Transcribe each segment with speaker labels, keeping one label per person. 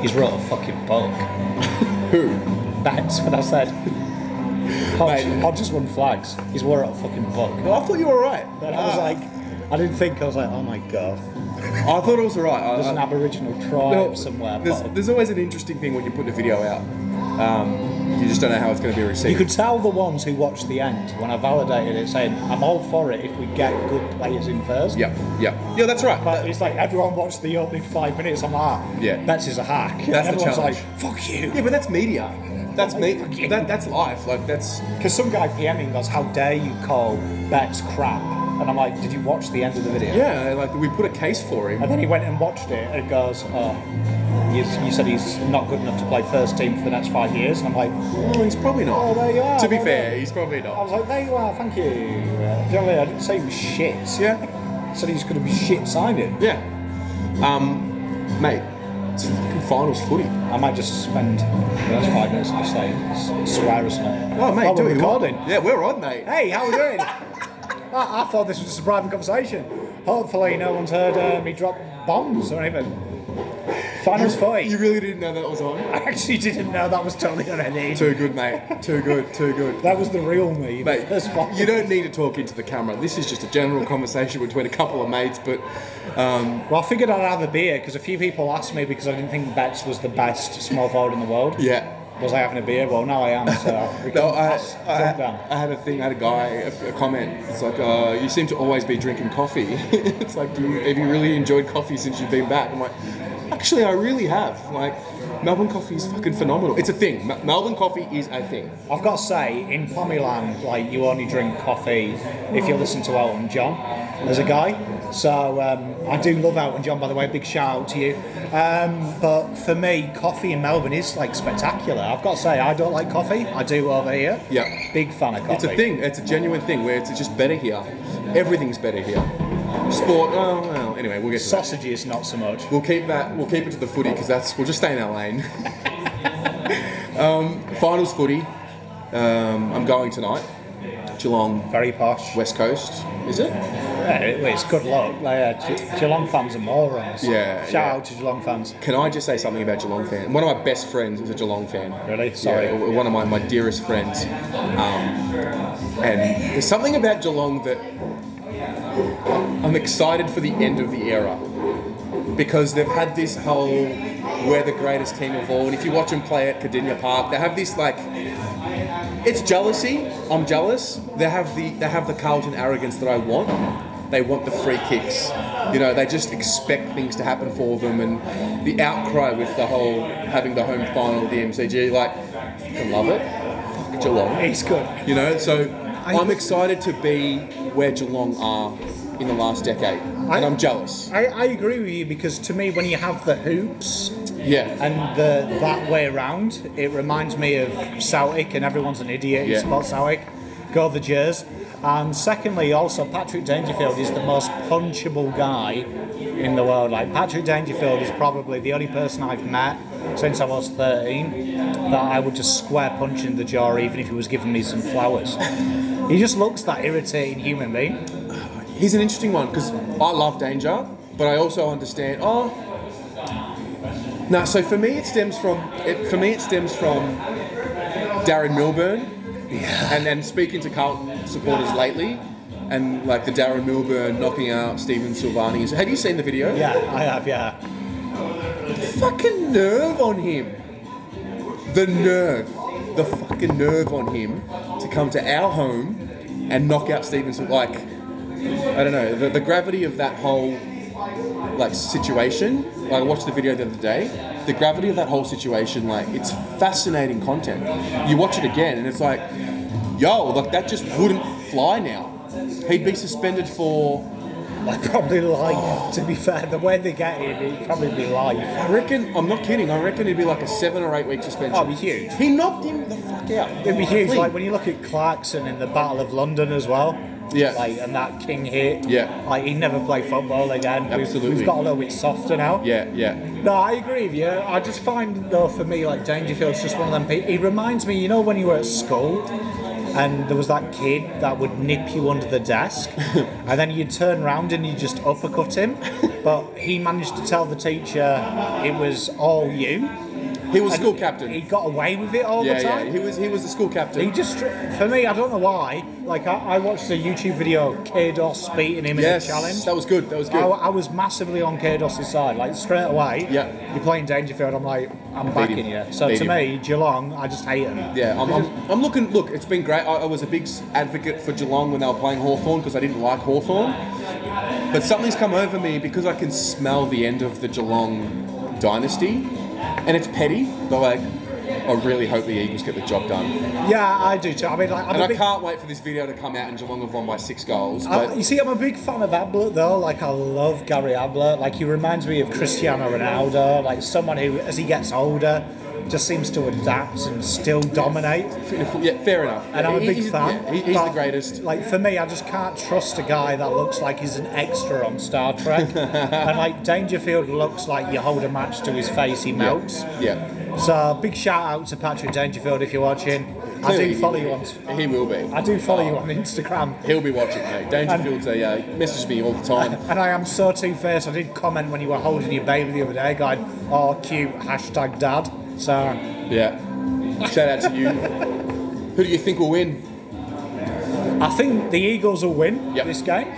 Speaker 1: He's wrought a fucking bulk.
Speaker 2: Who?
Speaker 1: That's what I said. Hodge,
Speaker 2: Mate.
Speaker 1: Hodge has won flags. He's wore out a fucking bulk.
Speaker 2: Well, I thought you were alright.
Speaker 1: But I was like, I didn't think. I was like, oh my god,
Speaker 2: I thought it was alright. I-
Speaker 1: there's
Speaker 2: I-
Speaker 1: an Aboriginal tribe
Speaker 2: No,
Speaker 1: somewhere.
Speaker 2: There's,
Speaker 1: but-
Speaker 2: there's always an interesting thing when you put a video out. Um, you just don't know how it's going to be received.
Speaker 1: You could tell the ones who watched the end when I validated it, saying, "I'm all for it if we get good players in first.
Speaker 2: Yep, yep. Yeah, that's right.
Speaker 1: But it's like everyone watched the opening five minutes. I'm like,
Speaker 2: Yeah.
Speaker 1: that's his a hack.
Speaker 2: That's the
Speaker 1: Everyone's
Speaker 2: challenge.
Speaker 1: like, fuck you.
Speaker 2: yeah, but that's media. That's
Speaker 1: Fuck
Speaker 2: me.
Speaker 1: you.
Speaker 2: That, that's life. Like that's
Speaker 1: Because some guy PMing goes, how dare you call bets crap? And I'm like, did you watch the end of the video?
Speaker 2: yeah. Like we put a case for him.
Speaker 1: And then he went and watched it and goes, oh, you, you said he's not good enough to play first team for the next five years. And I'm like,
Speaker 2: Oh, he's probably not.
Speaker 1: Oh, there you are,
Speaker 2: To be
Speaker 1: well
Speaker 2: fair,
Speaker 1: done.
Speaker 2: he's probably
Speaker 1: I was
Speaker 2: not.
Speaker 1: like, there you are, thank you. Uh, do you know what I mean? I didn't say he was shit.
Speaker 2: Yeah,
Speaker 1: I said he's going to be shit signing.
Speaker 2: yeah. Um, mate, it's fucking finals footy.
Speaker 1: I might just spend the next five minutes just saying, s- swear or something.
Speaker 2: Oh, mate,
Speaker 1: While
Speaker 2: do
Speaker 1: we're
Speaker 2: it.
Speaker 1: recording.
Speaker 2: Yeah, we're on, mate.
Speaker 1: Hey, how are we doing? I, I thought this was just a private conversation. Hopefully, no one's heard uh, me drop bombs or anything. Finals fight.
Speaker 2: You really didn't know that was on.
Speaker 1: I actually didn't know that was totally on any.
Speaker 2: Too good, mate. Too good. Too good.
Speaker 1: That was the real me.
Speaker 2: Mate,
Speaker 1: That's fine.
Speaker 2: you don't need to talk into the camera. This is just a general conversation between a couple of mates, but um,
Speaker 1: Well, I figured I'd have a beer because a few people asked me because I didn't think Betts was the best small forward in the world.
Speaker 2: yeah.
Speaker 1: Was I having a beer? Well, now I am. So we
Speaker 2: No,
Speaker 1: can
Speaker 2: I,
Speaker 1: pass- drop down.
Speaker 2: I, I had a thing, I had a guy, a, a comment. It's like, uh, you seem to always be drinking coffee. it's like, do you, have you really enjoyed coffee since you've been back? I'm like, actually, I really have. Like, Melbourne coffee is fucking phenomenal. It's a thing. Mel- Melbourne coffee is a thing.
Speaker 1: I've got to say, in Pommyland, like you only drink coffee if you listen to Elton John as a guy. So um, I do love Elton John, by the way. Big shout out to you. Um, but for me, coffee in Melbourne is like spectacular. I've got to say, I don't like coffee. I do over here.
Speaker 2: Yeah.
Speaker 1: Big fan of coffee.
Speaker 2: It's a thing. It's a genuine thing where it's just better here. Everything's better here. Sport. Oh well. Anyway, we'll get to that.
Speaker 1: Sausages, not so much.
Speaker 2: We'll keep that. We'll keep it to the footy because that's. We'll just stay in our lane. um, finals footy. Um, I'm going tonight. Geelong,
Speaker 1: Very posh.
Speaker 2: West Coast. Is it?
Speaker 1: Yeah, it- it's good luck. Like, uh, Ge- Geelong fans are morons.
Speaker 2: Yeah,
Speaker 1: Shout
Speaker 2: yeah.
Speaker 1: out to Geelong fans.
Speaker 2: Can I just say something about Geelong fan? One of my best friends is a Geelong fan.
Speaker 1: Really? Sorry.
Speaker 2: Yeah, w- one of my, my dearest friends. Um, and there's something about Geelong that I'm excited for the end of the era because they've had this whole we're the greatest team of all. And if you watch them play at Cadinia Park, they have this like it's jealousy. I'm jealous. They have the they have the Carlton arrogance that I want. They want the free kicks. You know, they just expect things to happen for them, and the outcry with the whole having the home final at the MCG, like, I love it. Fuck Geelong.
Speaker 1: It's good.
Speaker 2: You know, so I'm excited to be where Geelong are in the last decade, and I'm jealous.
Speaker 1: I, I agree with you because to me, when you have the hoops
Speaker 2: Yeah.
Speaker 1: and the that way around, it reminds me of Celtic, and everyone's an idiot who
Speaker 2: Yeah.
Speaker 1: supports Celtic. Go the Jers. And secondly, also Patrick Dangerfield is the most punchable guy in the world. Like Patrick Dangerfield is probably the only person I've met since I was 13 that I would just square punch in the jaw, even if he was giving me some flowers. he just looks that irritating human being.
Speaker 2: He's an interesting one because I love danger, but I also understand. Oh, no. So for me, it stems from. It, for me, it stems from Darren Milburn, and then speaking to Carlton supporters lately, and like the Darren Milburn knocking out Steven Silvani. Have you seen the video?
Speaker 1: Yeah, I have. Yeah.
Speaker 2: Fucking nerve on him. The nerve, the fucking nerve on him to come to our home and knock out Steven Silvani. Like, I don't know. The, the gravity of that whole like situation. I watched the video the other day. The gravity of that whole situation, like, it's fascinating content. You watch it again, and it's like, yo, like that just wouldn't fly now. He'd be suspended for.
Speaker 1: Like probably live. To be fair, the way they get it, it'd probably be live.
Speaker 2: I reckon. I'm not kidding. I reckon it'd be like a seven or eight week suspension.
Speaker 1: Oh, it'd be huge.
Speaker 2: He knocked him the fuck out.
Speaker 1: It'd be huge.
Speaker 2: Oh, Clean.
Speaker 1: Like when you look at Clarkson in the Battle of London as well.
Speaker 2: Yeah.
Speaker 1: Like and that King hit.
Speaker 2: Yeah.
Speaker 1: Like he never played football again. We've- We've,
Speaker 2: Absolutely.
Speaker 1: got a little bit softer now.
Speaker 2: yeah, yeah,
Speaker 1: No, I agree with you. I just find though for me like Dangerfield's just one of them people. He reminds me, you know, when you were at school and there was that kid that would nip you under the desk, and then you'd turn round and you just uppercut him. But he managed to tell the teacher it was all you.
Speaker 2: He was
Speaker 1: And
Speaker 2: school captain.
Speaker 1: He got away with it all
Speaker 2: yeah,
Speaker 1: the
Speaker 2: yeah.
Speaker 1: time.
Speaker 2: He was he was the school
Speaker 1: He
Speaker 2: captain.
Speaker 1: just, for me, I don't know why. Like I, I watched a YouTube video of Kados beating him
Speaker 2: Yes,
Speaker 1: in a challenge. Oh,
Speaker 2: that was good. That was good.
Speaker 1: I, I was massively on Kados' side, like straight away.
Speaker 2: Yeah.
Speaker 1: You're playing Dangerfield. I'm like, I'm
Speaker 2: him.
Speaker 1: backing you. So
Speaker 2: Beat
Speaker 1: to
Speaker 2: him.
Speaker 1: me, Geelong, I just hate them.
Speaker 2: Yeah, I'm, I'm, I'm looking. Look, it's been great. I, I was a big s- advocate for Geelong when they were playing Hawthorn because I didn't like Hawthorn. But something's come over me because I can smell the end of the Geelong dynasty. And it's petty, but like, I really hope the Eagles get the job done.
Speaker 1: Yeah, I do too. I mean, like, I'm
Speaker 2: And
Speaker 1: a
Speaker 2: I
Speaker 1: big,
Speaker 2: can't wait for this video to come out and Geelong have won by six goals.
Speaker 1: I-
Speaker 2: But
Speaker 1: you see, I'm a big fan of Ablett though. Like, I love Gary Ablett. Like, he reminds me of Cristiano Ronaldo. Like, someone who, as he gets older, just seems to adapt and still dominate.
Speaker 2: yeah, fair enough.
Speaker 1: And I'm a
Speaker 2: He-
Speaker 1: big
Speaker 2: he's-
Speaker 1: fan.
Speaker 2: yeah, he- he's the
Speaker 1: but,
Speaker 2: greatest.
Speaker 1: Like for me, I just can't trust a guy that looks like he's an extra on Star Trek. and like Dangerfield looks like you hold a match to his face, he melts.
Speaker 2: Yeah.
Speaker 1: So big shout out to Patrick Dangerfield if you're watching. I
Speaker 2: Clearly Oh.
Speaker 1: do
Speaker 2: he
Speaker 1: follow
Speaker 2: will
Speaker 1: you on.
Speaker 2: be. He will be.
Speaker 1: I do follow you on Instagram.
Speaker 2: He'll be watching, mate. Dangerfield's a uh, messaged me all the time.
Speaker 1: And I am so two faced. I did comment when you were holding your baby the other day, going, "Oh, cute hashtag dad." So
Speaker 2: Yeah. Shout out to you. Who do you think will win?
Speaker 1: I think the Eagles will win
Speaker 2: Yep.
Speaker 1: this game.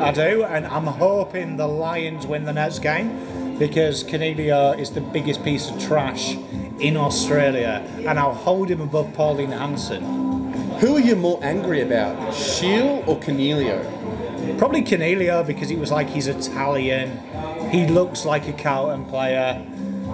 Speaker 1: I do, and I'm hoping the Lions win the next game because Canelio is the biggest piece of trash in Australia, and I'll hold him above Pauline Hanson.
Speaker 2: Who are you more angry about, Shield or Cornelio?
Speaker 1: Probably Canelio because he was like he's Italian, he looks like a Carlton player,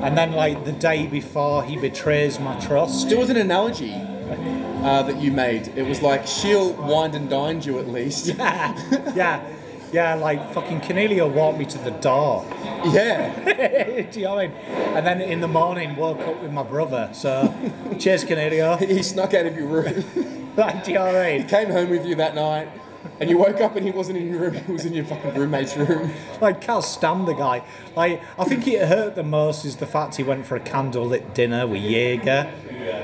Speaker 1: and then like the day before he betrays my trust.
Speaker 2: There was an analogy uh, that you made. It was like Shield wined and dined you at least. Yeah.
Speaker 1: yeah, yeah, like fucking Canelio walked me to the door. Do you know what I mean? And then in the morning, woke up with my brother. So, cheers, Canadio.
Speaker 2: He snuck out of your room,
Speaker 1: Like, do you know what I mean?
Speaker 2: came home with you that night, and you woke up and he wasn't in your room. He was in your fucking roommate's room.
Speaker 1: Like, can't stand the guy. Like, I think it hurt the most is the fact he went for a candlelit dinner with Jaeger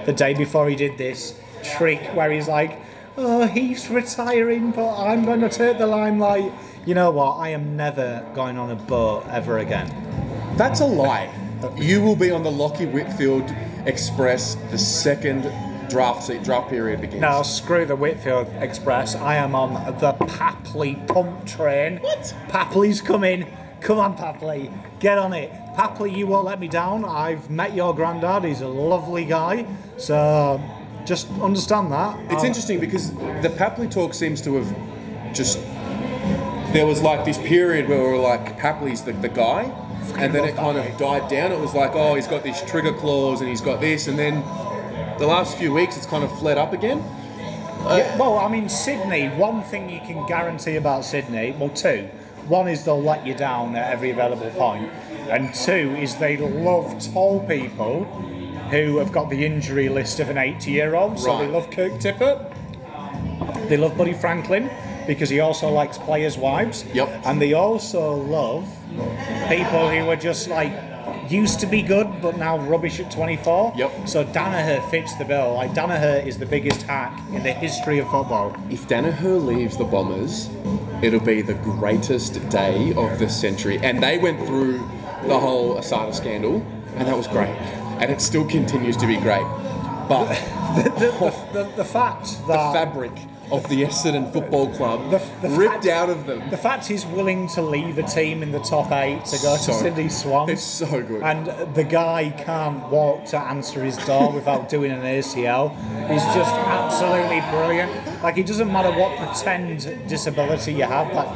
Speaker 1: the day before he did this trick where he's like, oh, he's retiring, but I'm going to take the limelight. You know what? I am never going on a boat ever again.
Speaker 2: That's a lie. You will be on the Lockie Whitfield Express the second draft se- draft period begins.
Speaker 1: Now, screw the Whitfield Express. I am on the Papley pump train.
Speaker 2: What?
Speaker 1: Papley's coming. Come on, Papley. Get on it. Papley, you won't let me down. I've met your granddad. He's a lovely guy. So just understand that.
Speaker 2: It's
Speaker 1: Uh,
Speaker 2: interesting because the Papley talk seems to have just. There was like this period where we were like, Papley's the, the guy. And then
Speaker 1: love
Speaker 2: it kind of died down. It was like, oh, he's got this trigger clause and he's got this. And then the last few weeks, it's kind of fled up again.
Speaker 1: yeah, well, I mean, Sydney, one thing you can guarantee about Sydney, well, two. One is they'll let you down at every available point, and two is they love tall people who have got the injury list of an 80 year old. So they
Speaker 2: Right.
Speaker 1: love Kirk Tippett. They love Buddy Franklin because he also likes players' wives.
Speaker 2: Yep.
Speaker 1: And they also love people who are just like used to be good but now rubbish at 24.
Speaker 2: Yep.
Speaker 1: So Danaher fits the bill. Like Danaher is the biggest hack in the history of football.
Speaker 2: If Danaher leaves the Bombers, it'll be the greatest day of the century. And they went through the whole Asada scandal, and that was great. And it still continues to be great. But
Speaker 1: The, the, the fact that
Speaker 2: fabric of the Essendon Football Club
Speaker 1: The- the
Speaker 2: ripped
Speaker 1: fact-
Speaker 2: out of them.
Speaker 1: the fact he's willing to leave a team in the top eight to go
Speaker 2: So-
Speaker 1: to Sydney Swans.
Speaker 2: It's so good.
Speaker 1: And the guy can't walk to answer his door without doing an ACL. He's just absolutely brilliant. Like, it doesn't matter what pretend disability you have that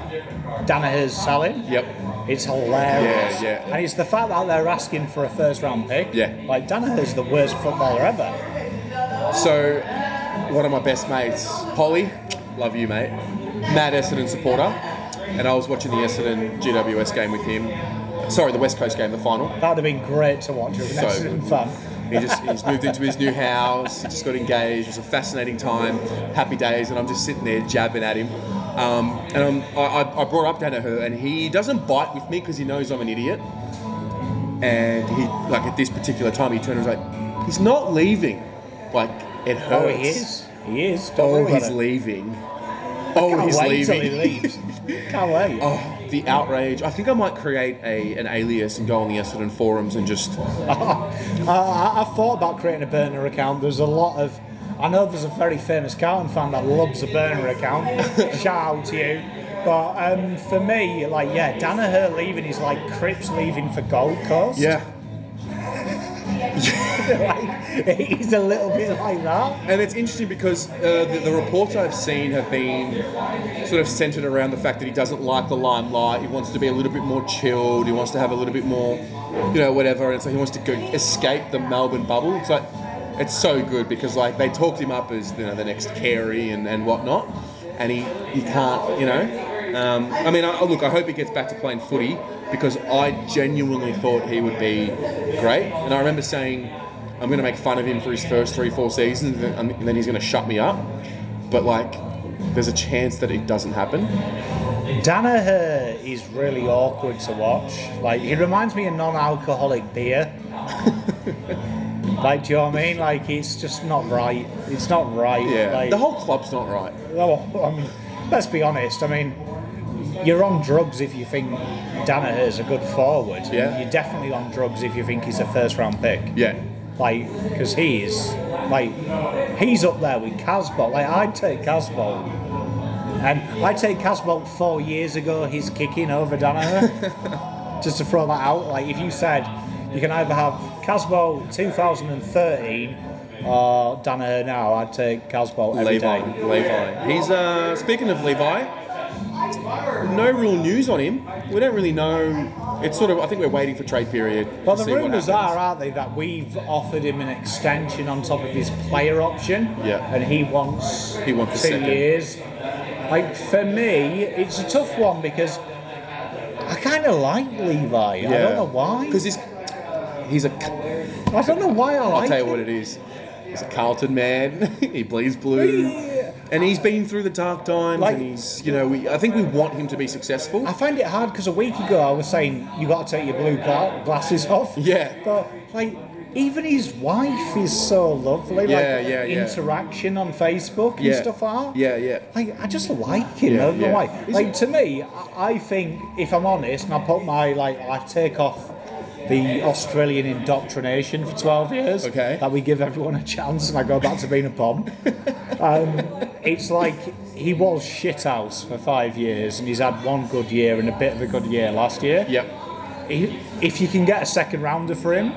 Speaker 1: Danaher's selling.
Speaker 2: Yep.
Speaker 1: It's hilarious.
Speaker 2: Yeah, yeah.
Speaker 1: And it's the fact that they're asking for a first round pick.
Speaker 2: Yeah.
Speaker 1: Like, Danaher's the worst footballer ever.
Speaker 2: So, one of my best mates, Polly, love you, mate, mad Essendon supporter, and I was watching the Essendon GWS game with him. Sorry, the West Coast game, the final.
Speaker 1: That would have been great to watch with an
Speaker 2: So
Speaker 1: Essendon
Speaker 2: good.
Speaker 1: fan.
Speaker 2: He just he's moved into his new house. He just got engaged. It was a fascinating time, happy days, and I'm just sitting there jabbing at him. Um, and I'm, I, I- I brought up Danaher, and he doesn't bite with me because he knows I'm an idiot. And he like at this particular time, he turned and was like, "He's not leaving." Like it hurts.
Speaker 1: Oh, he is? He is. Don't
Speaker 2: Oh,
Speaker 1: worry about
Speaker 2: he's
Speaker 1: it.
Speaker 2: leaving. Oh,
Speaker 1: Can't
Speaker 2: he's
Speaker 1: wait till
Speaker 2: leaving.
Speaker 1: he leaves. Can't wait.
Speaker 2: Oh, the outrage. I think I might create a an alias and go on the Essendon forums and just.
Speaker 1: Uh, I, I've thought about creating a burner account. There's a lot of. I know there's a very famous Carlton fan that loves a burner account. Shout out to you. But um, for me, like, yeah, Danaher leaving is like Cripps leaving for Gold Coast.
Speaker 2: Yeah.
Speaker 1: like, he's a little bit like that.
Speaker 2: And it's interesting because uh, the, the reports I've seen have been sort of centered around the fact that he doesn't like the limelight. He wants to be a little bit more chilled. He wants to have a little bit more, you know, whatever. And it's like he wants to go escape the Melbourne bubble. It's like it's so good because like they talked him up as you know the next Carey and and whatnot, and he he can't you know. Um, I mean, I, look, I hope he gets back to playing footy because I genuinely thought he would be great. And I remember saying I'm going to make fun of him for his first three, four seasons, and and then he's going to shut me up. But like, there's a chance that it doesn't happen.
Speaker 1: Danaher is really awkward to watch. Like, he reminds me of non alcoholic beer. like, do you know what I mean? Like, it's just not right. It's not right.
Speaker 2: Yeah,
Speaker 1: Like,
Speaker 2: the whole club's not right.
Speaker 1: Well, I mean, let's be honest. I mean, you're on drugs if you think Danaher's a good forward.
Speaker 2: Yeah.
Speaker 1: You're definitely on drugs if you think he's a first round pick.
Speaker 2: Yeah,
Speaker 1: Like, because he is, like, he's up there with Casbolt. Like, I'd take Casbolt. And I'd take Casbolt four years ago, he's kicking over Danaher. Just to throw that out. Like, if you said you can either have Casbolt 2013 or Danaher now, I'd take Casbolt every day.
Speaker 2: Levi. Levi. He's uh, speaking of Levi. No real news on him. We don't really know. It's sort of. I think we're waiting for trade period. to
Speaker 1: Well, the
Speaker 2: see what
Speaker 1: rumours
Speaker 2: happens.
Speaker 1: are, aren't they, that we've offered him an extension on top of his player option,
Speaker 2: Yeah.
Speaker 1: and he wants
Speaker 2: He wants a
Speaker 1: two
Speaker 2: second.
Speaker 1: years. Like for me, it's a tough one because I kind of like Levi. I don't know why.
Speaker 2: Because he's he's a.
Speaker 1: I don't know why I like.
Speaker 2: I'll tell you
Speaker 1: him.
Speaker 2: what it is. He's a Carlton man. he bleeds blue,
Speaker 1: Yeah.
Speaker 2: and he's been through the dark times.
Speaker 1: Like-
Speaker 2: and he's, you know, we, I think we want him to be successful.
Speaker 1: I find it hard because a week ago I was saying you got to take your blue gla- glasses off.
Speaker 2: Yeah.
Speaker 1: But like, even his wife is so lovely.
Speaker 2: Yeah,
Speaker 1: like
Speaker 2: yeah, yeah.
Speaker 1: Interaction on Facebook and
Speaker 2: yeah,
Speaker 1: stuff like that.
Speaker 2: yeah, yeah.
Speaker 1: Like, I just like him.
Speaker 2: Yeah,
Speaker 1: I don't know
Speaker 2: yeah.
Speaker 1: why.
Speaker 2: Is
Speaker 1: Like
Speaker 2: it-
Speaker 1: to me, I- I think if I'm honest, and I put my like, I take off the Australian indoctrination for 12 years.
Speaker 2: Okay.
Speaker 1: That we give everyone a chance, and I go back to being a bomb. um, it's like he was shithouse for five years, and he's had one good year and a bit of a good year last year.
Speaker 2: Yep.
Speaker 1: He- If you can get a second rounder for him,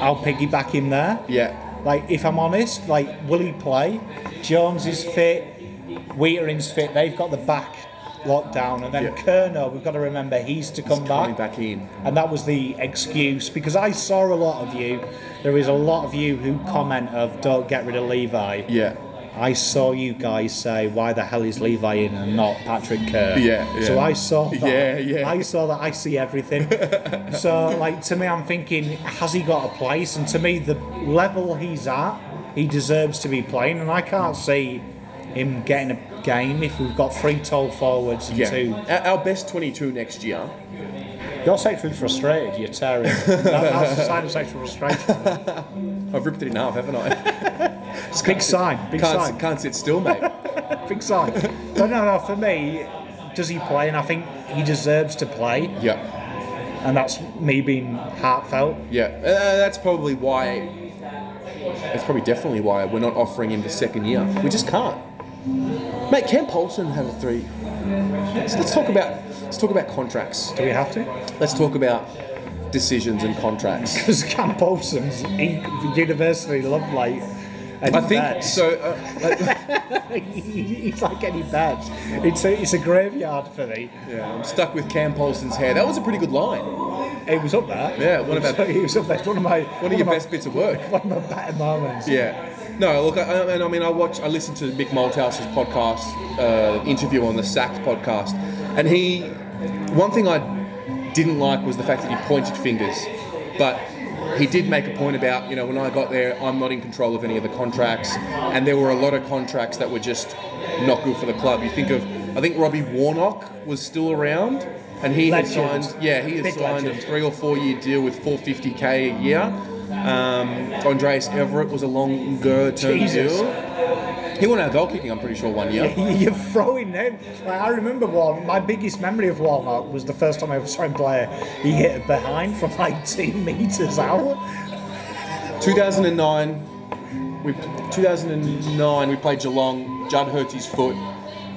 Speaker 1: I'll piggyback him there.
Speaker 2: Yeah.
Speaker 1: Like, if I'm honest, like, will he play? Jones is fit, Wheatering's fit, they've got the back locked down, and then
Speaker 2: Yeah.
Speaker 1: Kerno, we've got to remember he's to come
Speaker 2: Coming
Speaker 1: back.
Speaker 2: back in.
Speaker 1: And that was the excuse because I saw a lot of you. There is a lot of you who comment of don't get rid of Levi.
Speaker 2: Yeah.
Speaker 1: I saw you guys say why the hell is Levi in and not Patrick Kerr.
Speaker 2: Yeah,
Speaker 1: So
Speaker 2: yeah.
Speaker 1: I saw that.
Speaker 2: Yeah, yeah.
Speaker 1: I saw that. I see everything. so like to me, I'm thinking, has he got a place? And to me, the level he's at, he deserves to be playing. And I can't see him getting a game if we've got three tall forwards and
Speaker 2: Yeah.
Speaker 1: two.
Speaker 2: Our, our best 22 next year.
Speaker 1: You're sexually frustrated. You're terrible. That, that's a sign of sexual frustration.
Speaker 2: I've ripped it in half, haven't I?
Speaker 1: Big sign. Big
Speaker 2: can't,
Speaker 1: sign.
Speaker 2: can't sit still, mate.
Speaker 1: big sign. but no, no. For me, does he play? And I think he deserves to play.
Speaker 2: yeah.
Speaker 1: and that's me being heartfelt.
Speaker 2: Yeah. Uh, that's probably why. That's probably definitely why we're not offering him the second year. We just can't. Mate, Cam Polson had a three. Let's, let's talk about let's talk about contracts.
Speaker 1: Do we have to?
Speaker 2: Let's talk about decisions and contracts.
Speaker 1: Because Camp Olsen's e- university love light.
Speaker 2: I think so. Uh,
Speaker 1: He's like any badge. It's a, it's a graveyard for me.
Speaker 2: yeah, I'm stuck with Cam Polson's hair. That was a pretty good line.
Speaker 1: It was up there.
Speaker 2: Yeah, one of
Speaker 1: It was-
Speaker 2: our-
Speaker 1: It was up there. It's one of my.
Speaker 2: One of your best bits of work.
Speaker 1: One of my better moments.
Speaker 2: Yeah. No, look, I, I- and I mean, I watch, I listened to Mick Malthouse's podcast uh, interview on the Sacks podcast, and he, one thing I didn't like was the fact that he pointed fingers, but he did make a point about, you know, when I got there, I'm not in control of any of the contracts, and there were a lot of contracts that were just not good for the club. You think of, I think Robbie Warnock was still around, and he had
Speaker 1: Legend.
Speaker 2: signed, yeah, he had
Speaker 1: Big
Speaker 2: signed
Speaker 1: legend.
Speaker 2: a three or four year deal with 450k a year. Um, Andreas Everett was a longer term
Speaker 1: Jesus.
Speaker 2: deal. He won our goal kicking, I'm pretty sure, one year.
Speaker 1: You're throwing him. Like, I remember Warnock. My biggest memory of Warnock was the first time I ever saw him play. He hit it behind from like two meters out.
Speaker 2: 2009, we 2009 we played Geelong. Judd hurts his foot,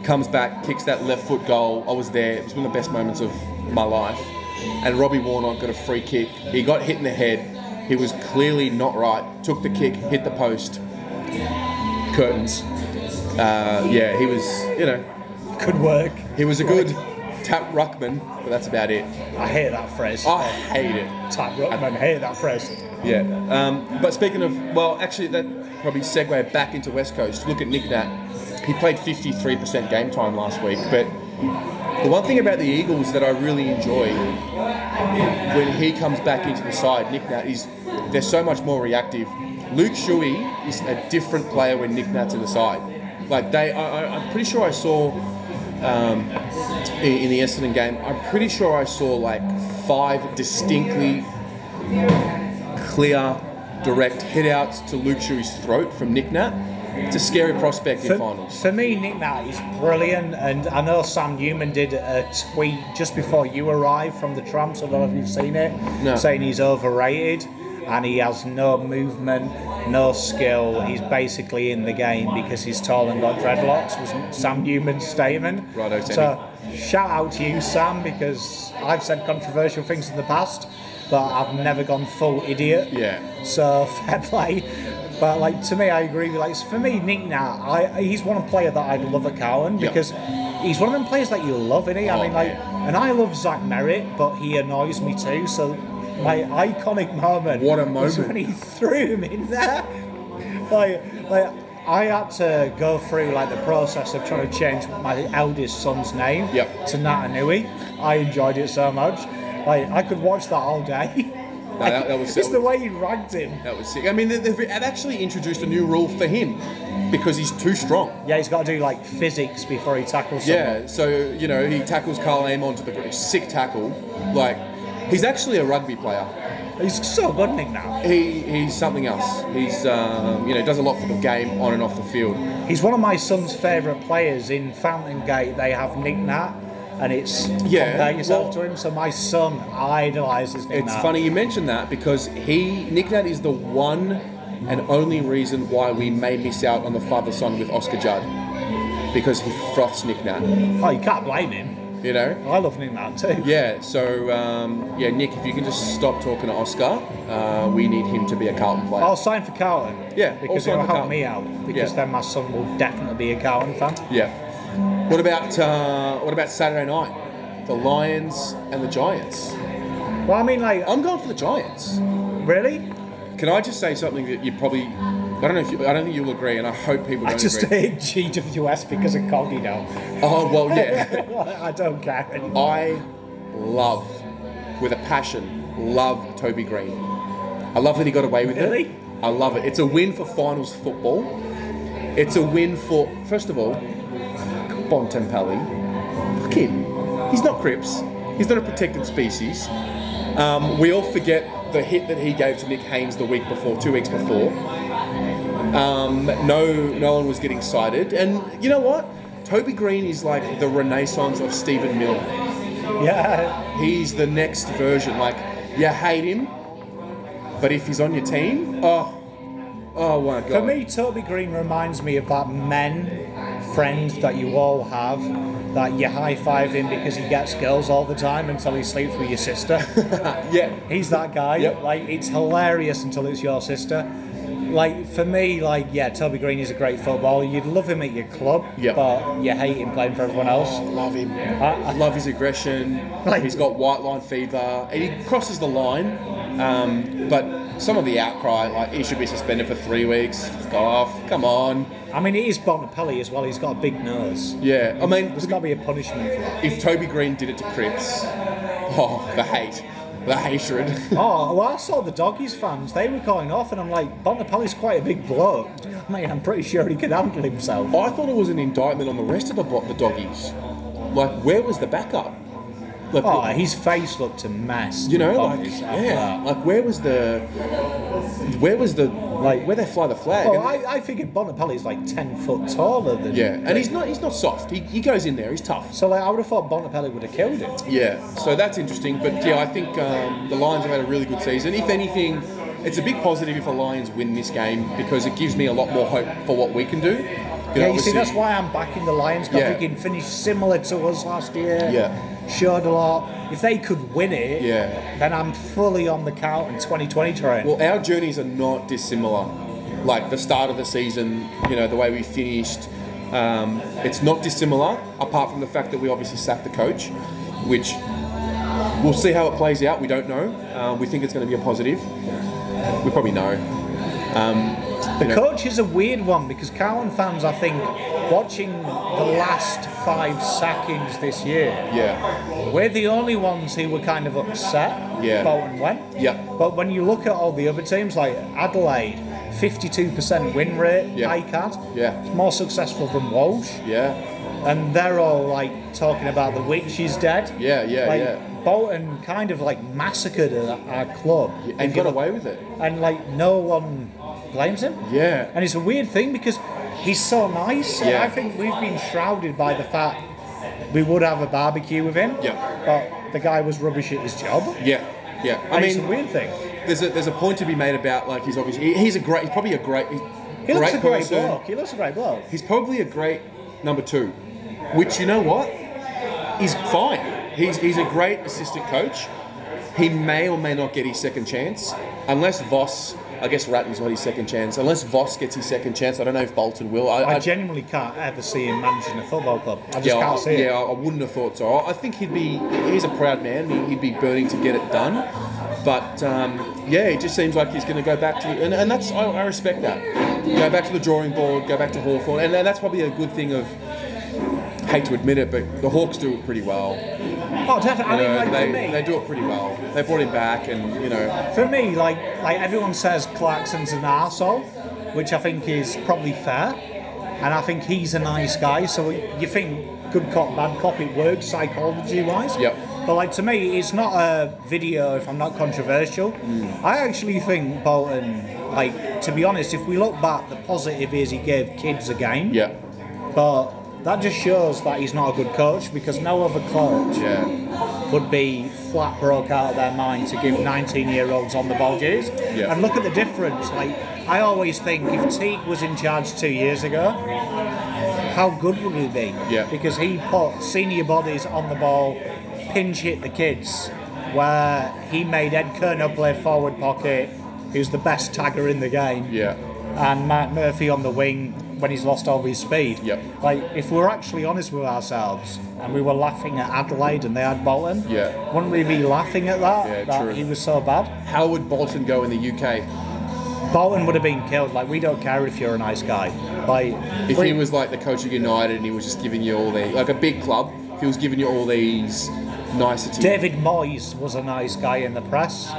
Speaker 2: comes back, kicks that left foot goal. I was there. It was one of the best moments of my life. And Robbie Warnock got a free kick. He got hit in the head. He was clearly not right. Took the kick, hit the post. Curtains. Uh, yeah, he was. You know,
Speaker 1: Could work.
Speaker 2: he was a good tap ruckman, but that's about it.
Speaker 1: I hate that phrase.
Speaker 2: I hate it.
Speaker 1: Type Ruckman, hate that phrase.
Speaker 2: Yeah. Um, but speaking of, well, actually, that probably segue back into West Coast. Look at Nick Nat. He played 53% game time last week. But the one thing about the Eagles that I really enjoy when he comes back into the side, Nick Nat, is they're so much more reactive. Luke Shuey is a different player when Nick Nat's in the side. Like, they, I, I, I'm pretty sure I saw um, in, in the Essendon game, I'm pretty sure I saw like five distinctly clear, direct hit outs to Luke Shuey's throat from Nick Nat. It's a scary prospect in
Speaker 1: For,
Speaker 2: finals.
Speaker 1: for me, Nick Nat is brilliant, and I know Sam Newman did a tweet just before you arrived from the tramps. I don't know if you've seen it,
Speaker 2: No.
Speaker 1: saying he's overrated and he has no movement, no skill. He's basically in the game because he's tall and got dreadlocks. Was Sam Newman's statement?
Speaker 2: Righto, Sammy.
Speaker 1: So shout out to you, Sam, because I've said controversial things in the past, but I've never gone full idiot.
Speaker 2: Yeah.
Speaker 1: So fair play. But like to me, I agree with like for me, Nick Nat, I he's one player that I love at Cowan
Speaker 2: Yeah.
Speaker 1: because he's one of them players that you love, isn't he? I
Speaker 2: Oh,
Speaker 1: mean, like,
Speaker 2: yeah.
Speaker 1: and I love Zach Merritt, but he annoys me too. So my iconic moment.
Speaker 2: What a
Speaker 1: was
Speaker 2: moment.
Speaker 1: when he threw him in there. like, like I had to go through like the process of trying to change my eldest son's name
Speaker 2: Yep.
Speaker 1: to Natanui. I enjoyed it so much. Like I could watch that all day.
Speaker 2: that- that was-
Speaker 1: just the way he ragged him.
Speaker 2: That was sick. I mean, they- they've they've actually introduced a new rule for him because he's too strong.
Speaker 1: Yeah, he's got to do like physics before he tackles someone.
Speaker 2: Yeah, so you know he tackles Carl Aim onto the ground. Sick tackle. Like he's actually a rugby player.
Speaker 1: He's so good, Nick. Now
Speaker 2: He he's something else. He's um, you know does a lot for the game on and off the field.
Speaker 1: he's one of my son's favourite players. In Fountain Gate, they have Nick Nat, and it's
Speaker 2: Yeah,
Speaker 1: compare yourself
Speaker 2: well-
Speaker 1: to him. So my son idolises Nick
Speaker 2: It's
Speaker 1: Nat.
Speaker 2: funny you mentioned that because he Nick Nat is the one and only reason why we may miss out on the father son with Oscar Judd because he froths Nick Nat.
Speaker 1: Oh, you can't blame him.
Speaker 2: You know.
Speaker 1: I love Nick Nat too.
Speaker 2: Yeah. So um, yeah, Nick, if you can just stop talking to Oscar, uh, we need him to be a Carlton player.
Speaker 1: I'll sign for Carlton.
Speaker 2: Yeah, I'll
Speaker 1: because
Speaker 2: sign
Speaker 1: it'll
Speaker 2: for
Speaker 1: help
Speaker 2: Carlton.
Speaker 1: me out. Because
Speaker 2: Yeah.
Speaker 1: then my son will definitely be a Carlton fan.
Speaker 2: Yeah. What about uh, what about Saturday night? The Lions and the Giants.
Speaker 1: Well, I mean, like,
Speaker 2: I'm going for the Giants.
Speaker 1: really?
Speaker 2: Can I just say something that you probably I don't know if you, I don't think you'll agree, and I hope people don't
Speaker 1: I just
Speaker 2: agree.
Speaker 1: hate GWS because of Coggy now.
Speaker 2: Oh well, yeah.
Speaker 1: I don't care anymore.
Speaker 2: I love, with a passion, love Toby Green. I love that he got away with
Speaker 1: Really?
Speaker 2: it. I love it. It's a win for finals football. It's a win for, first of all, Bontempelli. Fuck him. He's not Crips. He's not a protected species. Um, we all forget the hit that he gave to Nick Haynes the week before, two weeks before. Um, no, no one was getting cited. And you know what? Toby Green is like the renaissance of Stephen Miller.
Speaker 1: Yeah.
Speaker 2: He's the next version. Like, you hate him, but if he's on your team, oh, oh my god.
Speaker 1: For me, Toby Green reminds me of that men friend that you all have that you high five him because he gets girls all the time until he sleeps with your sister.
Speaker 2: yeah,
Speaker 1: He's that guy.
Speaker 2: Yep.
Speaker 1: Like it's hilarious until it's your sister. Like for me, like yeah, Toby Green is a great footballer. You'd love him at your club,
Speaker 2: Yep.
Speaker 1: but you hate him playing for everyone
Speaker 2: I
Speaker 1: else.
Speaker 2: love him. I
Speaker 1: I,
Speaker 2: love his aggression.
Speaker 1: Like-
Speaker 2: he's got white line fever. He crosses the line, um, but some of the outcry, like he should be suspended for three weeks. Fuck off! Come on.
Speaker 1: I, I mean, it is Bontempelli as well. He's got a big nose.
Speaker 2: Yeah, I mean,
Speaker 1: There's got to be a punishment for that.
Speaker 2: if Toby Green did it to Cripps, oh, the hate, the hatred.
Speaker 1: Oh, well, I saw the doggies fans. They were going off, and I'm like, Bontempelli's quite a big bloke. I mean, I'm pretty sure he could handle himself.
Speaker 2: I thought it was an indictment on the rest of the, bo- the doggies. Like, where was the backup? Like,
Speaker 1: Oh, his face looked a mess.
Speaker 2: you know,
Speaker 1: in
Speaker 2: like
Speaker 1: Bobby's after
Speaker 2: yeah,
Speaker 1: that.
Speaker 2: like where was the, where was the like
Speaker 1: Like-
Speaker 2: where they fly the flag?
Speaker 1: Well,
Speaker 2: And-
Speaker 1: Oh, I, I figured Bonapelli's like ten foot taller than.
Speaker 2: yeah, and he's not he's not soft. He, he goes in there. He's tough.
Speaker 1: So like, I would have thought Bonapelli would have killed him.
Speaker 2: Yeah, so that's interesting. But yeah, I think um, the Lions have had a really good season. If anything, it's a big positive if the Lions win this game because it gives me a lot more hope for what we can do. You know,
Speaker 1: Yeah, you see,
Speaker 2: obviously-
Speaker 1: that's why I'm backing the Lions because
Speaker 2: Yeah.
Speaker 1: they can finish similar to us last year.
Speaker 2: Yeah.
Speaker 1: Showed a lot. If they could win it,
Speaker 2: Yeah.
Speaker 1: then I'm fully on the count in 2020 train.
Speaker 2: Well, our journeys are not dissimilar. Like the start of the season, you know, the way we finished, um, it's not dissimilar, apart from the fact that we obviously sacked the coach, which we'll see how it plays out. We don't know. Uh, we think it's going to be a positive. We probably know.
Speaker 1: the
Speaker 2: you know-
Speaker 1: coach is a weird one because Cowan fans, I think, watching the last five sackings this year,
Speaker 2: Yeah.
Speaker 1: we're the only ones who were kind of upset
Speaker 2: Yeah.
Speaker 1: about and went.
Speaker 2: Yeah.
Speaker 1: But when you look at all the other teams, like Adelaide, 52% win rate,
Speaker 2: Yeah.
Speaker 1: ICAD,
Speaker 2: Yeah.
Speaker 1: it's more successful than Walsh.
Speaker 2: Yeah.
Speaker 1: and they're all like talking about the witch is dead.
Speaker 2: Yeah, yeah,
Speaker 1: like,
Speaker 2: yeah.
Speaker 1: Bolton kind of like massacred our our club
Speaker 2: And got away with it.
Speaker 1: and like no one blames him.
Speaker 2: Yeah.
Speaker 1: And it's a weird thing because he's so nice, and
Speaker 2: Yeah.
Speaker 1: I think we've been shrouded by the fact we would have a barbecue with him.
Speaker 2: Yeah.
Speaker 1: but the guy was rubbish at his job.
Speaker 2: Yeah. Yeah. I
Speaker 1: And it's a
Speaker 2: mean,
Speaker 1: weird thing.
Speaker 2: there's a, there's a point to be made about like he's obviously he- he's a great he's probably a great he's
Speaker 1: He looks a great
Speaker 2: person.
Speaker 1: bloke. He looks a great bloke.
Speaker 2: He's probably a great number two, which you know what? He's fine. He's, he's a great assistant coach. He may or may not get his second chance, unless Voss. I guess Ratton's not his second chance. Unless Voss gets his second chance, I don't know if Bolton will. I,
Speaker 1: I,
Speaker 2: I-
Speaker 1: genuinely can't ever see him managing a football club. I just
Speaker 2: yeah,
Speaker 1: can't
Speaker 2: I-
Speaker 1: see
Speaker 2: yeah,
Speaker 1: it.
Speaker 2: I wouldn't have thought so. I I think he'd be. He's a proud man. He- He'd be burning to get it done. But um, yeah, it just seems like he's going to go back to, and, and that's I, I respect that. Go back to the drawing board. Go back to Hawthorn, and, and that's probably a good thing. Of hate to admit it, but the Hawks do it pretty well.
Speaker 1: Oh, definitely. I mean,
Speaker 2: You know,
Speaker 1: like
Speaker 2: they,
Speaker 1: for me,
Speaker 2: they do it pretty well. They brought him back, and you know,
Speaker 1: For me, like like everyone says, Clarkson's an arsehole, which I think is probably fair, and I think he's a nice guy. So you think good cop, bad cop, it works psychology wise.
Speaker 2: Yep.
Speaker 1: But like to me, it's not a video. If I'm not controversial, I actually think Bolton. Like to be honest, if we look back, the positive is he gave kids a game.
Speaker 2: yeah,
Speaker 1: But that just shows that he's not a good coach because no other coach
Speaker 2: yeah,
Speaker 1: would be flat broke out of their mind to give 19 year olds on the ball dues.
Speaker 2: Yeah.
Speaker 1: And look at the difference. Like, I always think if Teague was in charge two years ago, how good would he be?
Speaker 2: Yeah.
Speaker 1: Because he put senior bodies on the ball, pinch hit the kids, where he made Ed Kerner play forward pocket, who's the best tagger in the game
Speaker 2: yeah.
Speaker 1: and Matt Murphy on the wing when he's lost all his speed.
Speaker 2: Yep.
Speaker 1: Like, if we're actually honest with ourselves and we were laughing at Adelaide and they had Bolton,
Speaker 2: Yeah.
Speaker 1: wouldn't we be laughing at that?
Speaker 2: Yeah,
Speaker 1: that
Speaker 2: true.
Speaker 1: he was so bad.
Speaker 2: How would Bolton go in the UK
Speaker 1: Bolton would have been killed. Like, we don't care if you're a nice guy. Like,
Speaker 2: If
Speaker 1: we-
Speaker 2: he was like the coach of United and he was just giving you all the like a big club, if he was giving you all these niceties.
Speaker 1: David Moyes was a nice guy in the press.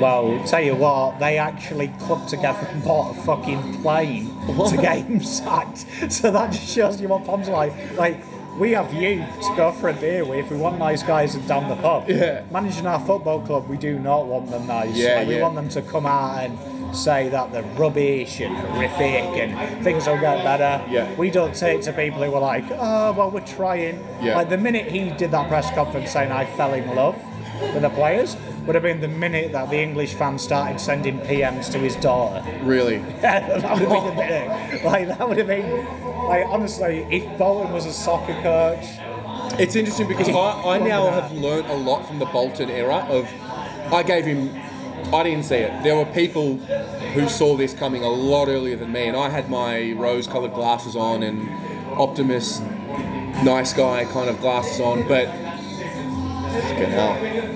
Speaker 1: Well, tell you what, they actually clubbed together and bought a fucking plane to get him sacked. So that just shows you what Pom's like. Like, we have you to go for a beer with if we want nice guys and down the pub.
Speaker 2: Yeah.
Speaker 1: Managing our football club, we do not want them nice.
Speaker 2: Yeah,
Speaker 1: Like, We
Speaker 2: yeah.
Speaker 1: want them to come out and say that they're rubbish and horrific and things will get better.
Speaker 2: Yeah.
Speaker 1: We don't say it to people who are like, oh, well, we're trying.
Speaker 2: Yeah.
Speaker 1: Like, the minute he did that press conference saying I fell in love with the players would have been the minute that the English fans started sending PMs to his daughter.
Speaker 2: really.
Speaker 1: that would have
Speaker 2: Oh.
Speaker 1: been the minute. Like that would have been like honestly, if Bolton was a soccer coach,
Speaker 2: It's interesting because I, I now have learnt a lot from the Bolton era of I gave him I didn't see it. There were people who saw this coming a lot earlier than me and I had my rose coloured glasses on and optimist nice guy kind of glasses on, but fucking hell.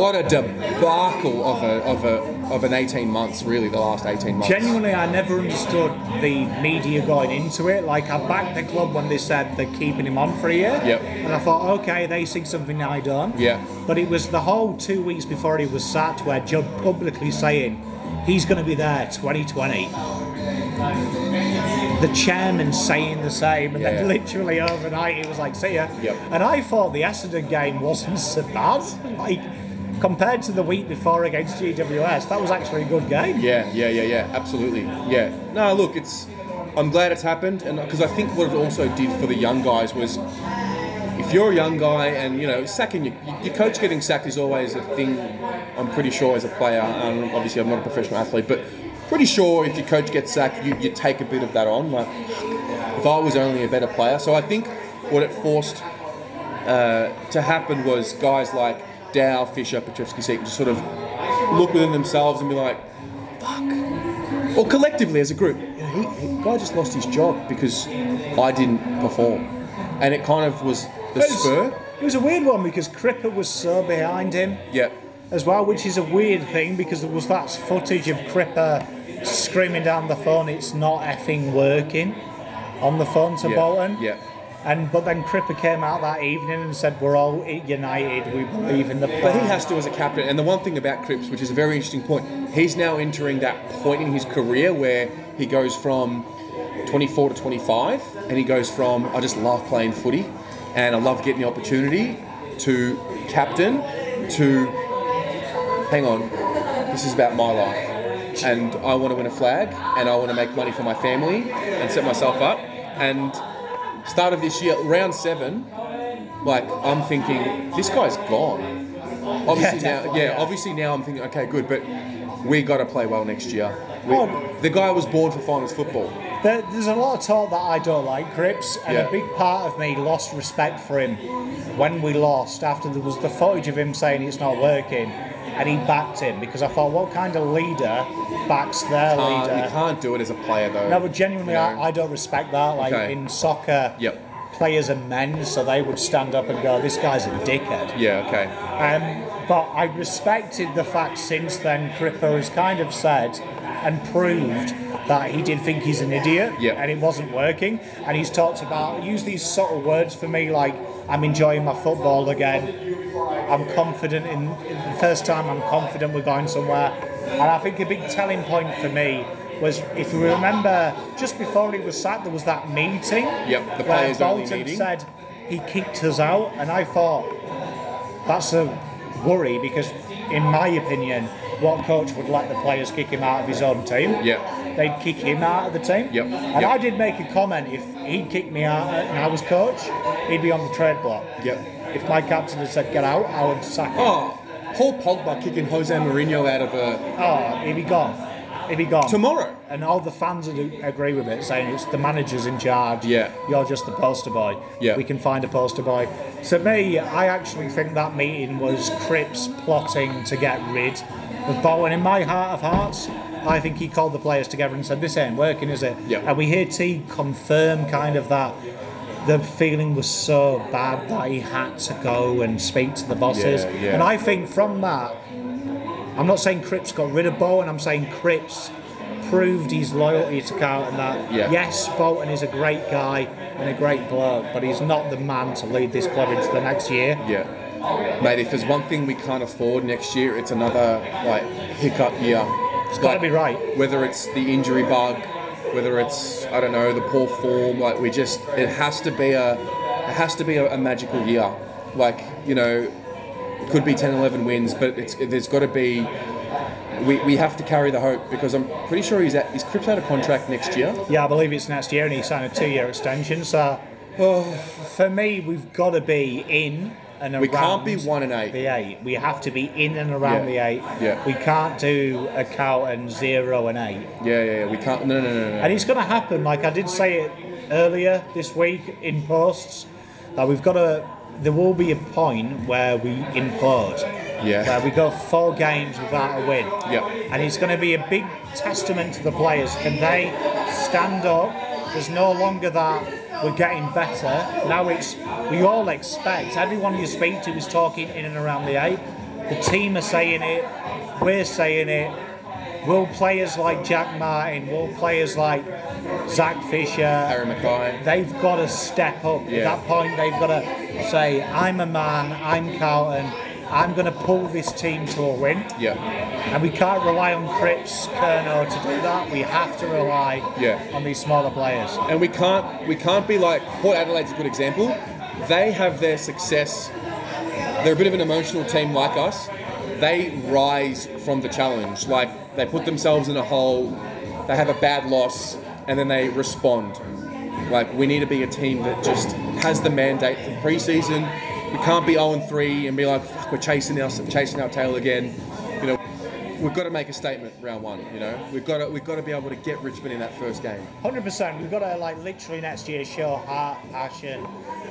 Speaker 2: What a debacle of a of a of an eighteen months, really the last eighteen months.
Speaker 1: genuinely I never understood the media going into it. Like I backed the club when they said they're keeping him on for a year.
Speaker 2: Yep.
Speaker 1: And I thought, okay, they see something I don't.
Speaker 2: Yeah.
Speaker 1: But it was the whole two weeks before he was sacked where Judd publicly saying he's going to be there 2020. the chairman saying the same, and then
Speaker 2: Yeah.
Speaker 1: literally overnight it was like, "See ya."
Speaker 2: Yep.
Speaker 1: And I thought the Essendon game wasn't so bad, like compared to the week before against GWS. That was actually a good game.
Speaker 2: Yeah, yeah, yeah, yeah. Absolutely. Yeah. No, look, it's. I'm glad it's happened, and because I think what it also did for the young guys was, if you're a young guy and you know sacking your, your coach getting sacked is always a thing. I'm pretty sure as a player, and obviously I'm not a professional athlete, but pretty sure if your coach gets sacked, you, you take a bit of that on. Like, if I was only a better player, so I think what it forced to happen was guys like Dow, Fisher, Petrovsky, Seaton to sort of look within themselves and be like, fuck. Or collectively as a group, you know, he, he, guy just lost his job because I didn't perform. And it kind of was the
Speaker 1: It was-
Speaker 2: spur.
Speaker 1: It was a weird one because Cripper was so behind him
Speaker 2: Yeah.
Speaker 1: as well, which is a weird thing because there was that footage of Cripper screaming down the phone, "It's not effing working," on the phone to
Speaker 2: Yeah,
Speaker 1: Bolton.
Speaker 2: yeah.
Speaker 1: And but then Cripper came out that evening and said, "We're all united. We believe in the plan."
Speaker 2: But he has to as a captain. And the one thing about Cripps, which is a very interesting point, he's now entering that point in his career where he goes from 24 to 25, and he goes from I just love playing footy, and I love getting the opportunity, to captain, to hang on, this is about my life, and I want to win a flag, and I want to make money for my family, and set myself up, and start of this year, round seven, like I'm thinking this guy's gone. Obviously
Speaker 1: Yeah,
Speaker 2: now,
Speaker 1: definitely,
Speaker 2: yeah,
Speaker 1: yeah.
Speaker 2: obviously now I'm thinking, okay, good, but we got to play well next year. We-
Speaker 1: Oh.
Speaker 2: the guy was born for finals football.
Speaker 1: There, there's a lot of talk that I don't like Cripps, and
Speaker 2: Yeah.
Speaker 1: a big part of me lost respect for him when we lost after there was the footage of him saying it's not working, and he backed him because I thought, what kind of leader backs their
Speaker 2: Uh,
Speaker 1: leader?
Speaker 2: you can't do it as a player though.
Speaker 1: No, but genuinely,
Speaker 2: you know?
Speaker 1: I, I don't respect that. Like
Speaker 2: Okay.
Speaker 1: in soccer,
Speaker 2: Yep.
Speaker 1: players are men, so they would stand up and go, "This guy's a dickhead."
Speaker 2: yeah, okay.
Speaker 1: Um, but I respected the fact since then Cripper has kind of said and proved that he did think he's an idiot
Speaker 2: Yeah.
Speaker 1: and it wasn't working. And he's talked about, use these subtle words for me like, I'm enjoying my football again. I'm confident in, the first time I'm confident we're going somewhere. And I think a big telling point for me was if you remember just before he was sacked there was that meeting
Speaker 2: Yep, the
Speaker 1: where
Speaker 2: players only
Speaker 1: Bolton
Speaker 2: meeting.
Speaker 1: said he kicked us out and I thought that's a worry because, in my opinion, what coach would let the players kick him out of his own team?
Speaker 2: Yeah.
Speaker 1: They'd kick him out of the team.
Speaker 2: Yep,
Speaker 1: And
Speaker 2: yep.
Speaker 1: I did make a comment if he kicked me out and I was coach, he'd be on the trade block.
Speaker 2: Yep.
Speaker 1: If my captain had said get out, I would sack him.
Speaker 2: Oh, Paul Pogba kicking Jose Mourinho out of a
Speaker 1: Oh, he'd be gone. He'd be gone.
Speaker 2: tomorrow.
Speaker 1: and all the fans would agree with it, saying it's the manager's in charge.
Speaker 2: Yeah.
Speaker 1: You're just the poster boy.
Speaker 2: Yeah.
Speaker 1: We can find a poster boy. So me, I actually think that meeting was Cripps plotting to get rid of Bowen. In my heart of hearts, I think he called the players together and said, This ain't working, is it?
Speaker 2: Yeah.
Speaker 1: And we hear T confirm kind of that the feeling was so bad that he had to go and speak to the bosses.
Speaker 2: Yeah, yeah.
Speaker 1: And I think from that I'm not saying Cripps got rid of Bolton, I'm saying Cripps proved his loyalty to Carlton that
Speaker 2: Yeah.
Speaker 1: yes, Bolton is a great guy and a great bloke, but he's not the man to lead this club into the next year.
Speaker 2: Yeah. Mate, if there's one thing we can't afford next year, it's another like hiccup year. It's
Speaker 1: gotta be right.
Speaker 2: Whether it's the injury bug, whether it's I don't know the poor form, like we just it has to be a it has to be a, a magical year. Like you know, could be 10, 11 wins, but it's there's got to be. We, we have to carry the hope because I'm pretty sure he's at, is Cripps out of contract next year.
Speaker 1: Yeah, I believe it's next year and he signed a two year extension, so oh, for me we've gotta be in and around
Speaker 2: We can't be one and eight.
Speaker 1: the eight. We have to be in and around
Speaker 2: Yeah.
Speaker 1: the eight.
Speaker 2: Yeah.
Speaker 1: We can't do a Carlton zero and eight.
Speaker 2: Yeah, yeah, yeah. We can't. No, no, no, no.
Speaker 1: And it's going to happen. Like I did say it earlier this week in posts that we've got to. There will be a point where we implode.
Speaker 2: Yeah.
Speaker 1: Where we go four games without a win.
Speaker 2: Yeah.
Speaker 1: And it's going to be a big testament to the players. Can they stand up? There's no longer that we're getting better. Now it's we all expect. Everyone you speak to is talking in and around the eight. The team are saying it. We're saying it. Will players like Jack Martin, will players like Zach Fisher,
Speaker 2: Harry Mackay.
Speaker 1: they've got to step up. At
Speaker 2: Yeah.
Speaker 1: that point, they've got to say, I'm a man, I'm Carlton, I'm going to pull this team to a win.
Speaker 2: Yeah.
Speaker 1: And we can't rely on Cripps, Kerno to do that. We have to rely
Speaker 2: Yeah.
Speaker 1: on these smaller players.
Speaker 2: And we can't we can't be like Port Adelaide's a good example. They have their success. They're a bit of an emotional team like us. They rise from the challenge. Like they put themselves in a hole, they have a bad loss, and then they respond. Like we need to be a team that just has the mandate for preseason. We can't be 0 3 and be like, fuck, we're chasing our chasing our tail again. You know, we've got to make a statement round one. You know, we've got to we've got to be able to get Richmond in that first game.
Speaker 1: Hundred percent. We've got to like literally next year show heart, passion,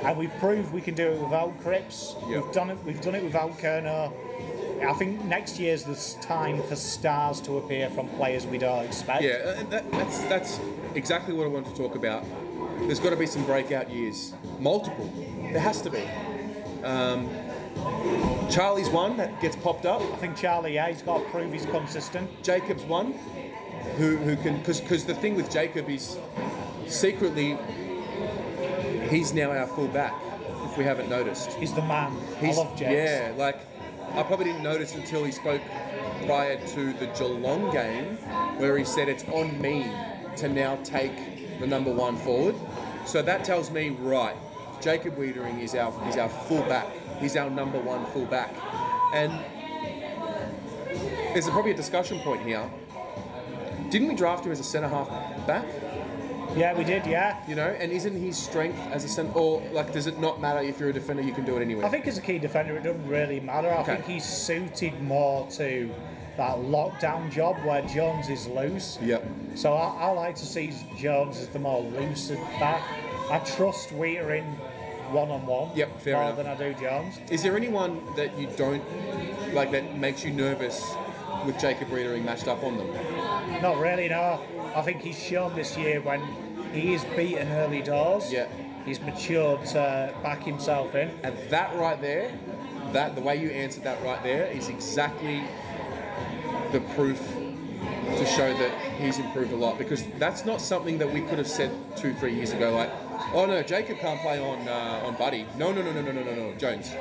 Speaker 1: and we've proved we can do it without Cripps.
Speaker 2: Yep.
Speaker 1: We've done it. We've done it without Kerno. I think next year's the s- time for stars to appear from players we don't expect.
Speaker 2: Yeah, uh, that, that's that's exactly what I wanted to talk about. There's got to be some breakout years, multiple. There has to be. Um, Charlie's one that gets popped up.
Speaker 1: I think Charlie, yeah, he's got to prove he's consistent.
Speaker 2: Jacob's one, who who can because because the thing with Jacob is secretly he's now our full back. If we haven't noticed,
Speaker 1: He's the man.
Speaker 2: he's
Speaker 1: I love James.
Speaker 2: yeah, like I probably didn't notice until he spoke prior to the Geelong game, where he said it's on me to now take the number one forward. So that tells me right, Jacob Wiedering is our is our fullback. He's our number one fullback, and there's probably a discussion point here. Didn't we draft him as a centre half back?
Speaker 1: Yeah, we did. Yeah.
Speaker 2: You know, and isn't his strength as a centre or like does it not matter if you're a defender? You can do it anyway.
Speaker 1: I think as a key defender, it doesn't really matter. I
Speaker 2: Okay.
Speaker 1: think he's suited more to that lockdown job where Jones is loose.
Speaker 2: Yep.
Speaker 1: So I, I like to see Jones as the more lucid back. I trust Wheater in one on one
Speaker 2: Yep, fair
Speaker 1: more
Speaker 2: enough.
Speaker 1: than I do Jones.
Speaker 2: Is there anyone that you don't like that makes you nervous with Jacob Reedering matched up on them?
Speaker 1: Not really, no. I think he's shown this year when he is beaten early doors.
Speaker 2: Yeah.
Speaker 1: He's matured to back himself in.
Speaker 2: And that right there, that the way you answered that right there is exactly the proof to show that he's improved a lot because that's not something that we could have said two, three years ago. Like, oh no, Jacob can't play on uh, on Buddy. No, no, no, no, no, no, no, no, Jones.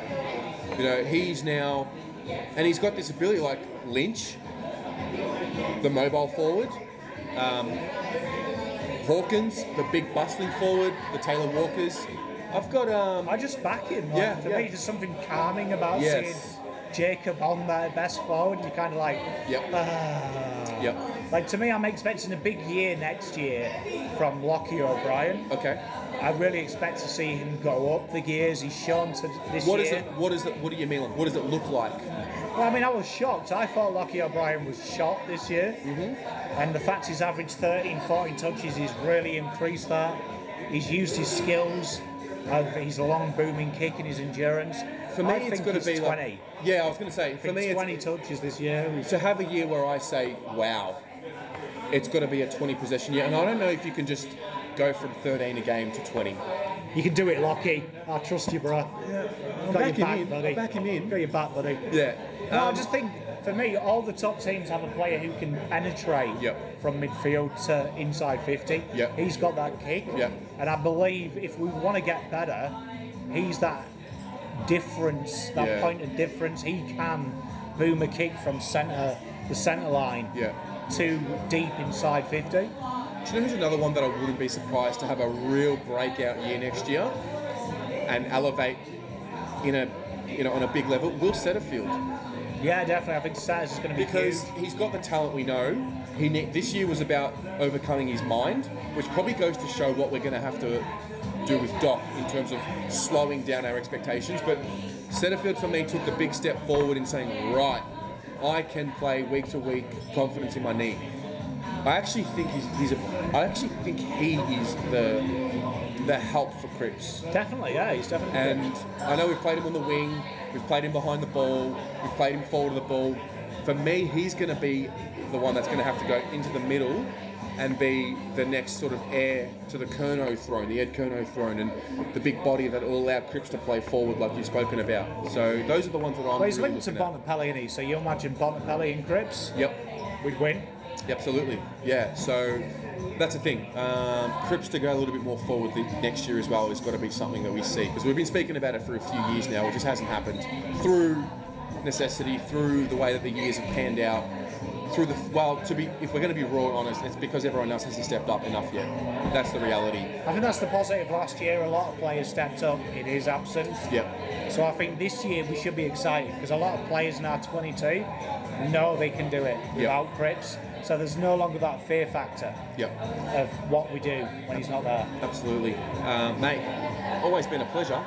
Speaker 2: You know, he's now, and he's got this ability like Lynch, the mobile forward, um, Hawkins, the big bustling forward, the Taylor Walkers. I've got um,
Speaker 1: I just back him. Like,
Speaker 2: Yeah,
Speaker 1: for
Speaker 2: yeah.
Speaker 1: me, there's something calming about
Speaker 2: Yes.
Speaker 1: seeing Jacob on their best forward. You're kind of like,
Speaker 2: Yep.
Speaker 1: ah.
Speaker 2: Yep.
Speaker 1: Like to me, I'm expecting a big year next year from Lockie O'Brien.
Speaker 2: Okay.
Speaker 1: I really expect to see him go up the gears. He's shown to this
Speaker 2: What is
Speaker 1: year.
Speaker 2: it? What is it? What do you mean? Like, what does it look like?
Speaker 1: Well, I mean, I was shocked. I thought Lockie O'Brien was shot this year,
Speaker 2: Mm-hmm.
Speaker 1: and the fact he's averaged 13, 14 touches, he's really increased that. He's used his skills, of his long booming kick and his endurance.
Speaker 2: For me,
Speaker 1: I
Speaker 2: it's
Speaker 1: think
Speaker 2: got to
Speaker 1: he's
Speaker 2: be
Speaker 1: 20.
Speaker 2: like. Yeah, I was going to say.
Speaker 1: I
Speaker 2: For
Speaker 1: think
Speaker 2: me, it's
Speaker 1: 20 touches this year. He's-
Speaker 2: to have a year where I say, "Wow," it's got to be a 20 possession year, and I don't know if you can just go from 13 a game to 20.
Speaker 1: You can do it, Lockie. I trust you, bro. Got
Speaker 2: back him
Speaker 1: your back,
Speaker 2: in.
Speaker 1: buddy.
Speaker 2: I'll back him in.
Speaker 1: Got your back, buddy.
Speaker 2: Yeah.
Speaker 1: No, I
Speaker 2: Um,
Speaker 1: just think for me, all the top teams have a player who can penetrate
Speaker 2: Yep.
Speaker 1: from midfield to inside 50.
Speaker 2: Yep.
Speaker 1: He's got that kick.
Speaker 2: Yep.
Speaker 1: And I believe if we want to get better, he's that difference, that
Speaker 2: Yeah.
Speaker 1: point of difference. He can boom a kick from centre, the centre line,
Speaker 2: Yeah.
Speaker 1: to deep inside 50.
Speaker 2: Do you know who's another one that I wouldn't be surprised to have a real breakout year next year and elevate in a you know on a big level? Will Setterfield.
Speaker 1: Yeah, definitely. I think Satur's is going to be
Speaker 2: because
Speaker 1: huge.
Speaker 2: he's got the talent we know. He ne- this year was about overcoming his mind, which probably goes to show what we're going to have to do with Doc in terms of slowing down our expectations. But Setterfield for me took the big step forward in saying, right, I can play week to week, confidence in my knee. I actually think he's, he's a, I actually think he is the the help for Cripps.
Speaker 1: Definitely, yeah, he's definitely.
Speaker 2: And I know we've played him on the wing, we've played him behind the ball, we've played him forward of the ball. For me, he's going to be the one that's going to have to go into the middle and be the next sort of heir to the Kerno throne, the Ed Kerno throne, and the big body that will allow Cripps to play forward like you've spoken about. So those are the ones that I'm
Speaker 1: Well, he's
Speaker 2: really
Speaker 1: linked to
Speaker 2: looking at.
Speaker 1: Bonapelli, and he, so you imagine Bonapelli and Cripps,
Speaker 2: Yep,
Speaker 1: we'd win.
Speaker 2: absolutely. Yeah, so that's the thing. Um, Cripps to go a little bit more forward the next year as well has got to be something that we see because we've been speaking about it for a few years now. It just hasn't happened through necessity through the way that the years have panned out. Through the well, to be if we're going to be raw and honest, it's because everyone else hasn't stepped up enough yet. That's the reality.
Speaker 1: I think that's the positive last year. A lot of players stepped up in his absence.
Speaker 2: Yep.
Speaker 1: So I think this year we should be excited because a lot of players in our 22 know they can do it without Cripps. So there's no longer that fear factor
Speaker 2: Yep.
Speaker 1: of what we do when he's not there.
Speaker 2: Absolutely, uh, mate. Always been a pleasure.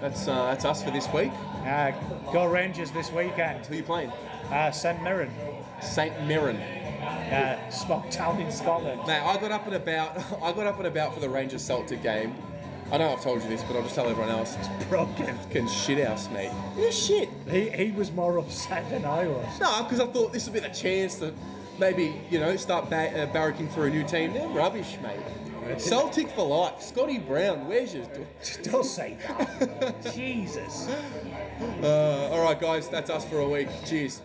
Speaker 2: That's uh, that's us for this week.
Speaker 1: Uh, go Rangers this weekend.
Speaker 2: Who are you playing?
Speaker 1: Uh, St Mirren,
Speaker 2: Saint Mirren.
Speaker 1: uh, Smock Town in Scotland.
Speaker 2: Mate, I got up and about. I got up and about for the Rangers Celtic game. I know I've told you this, but I'll just tell everyone else. It's
Speaker 1: Broken.
Speaker 2: fucking shit house, mate. Yeah, shit.
Speaker 1: He, he was more upset than I was.
Speaker 2: No, because I thought this would be the chance to maybe you know start ba- uh, barracking for a new team. They're rubbish, mate. Celtic for life. Scotty Brown, where's your?
Speaker 1: Don't say that. Jesus.
Speaker 2: Uh, all right, guys, that's us for a week. Cheers.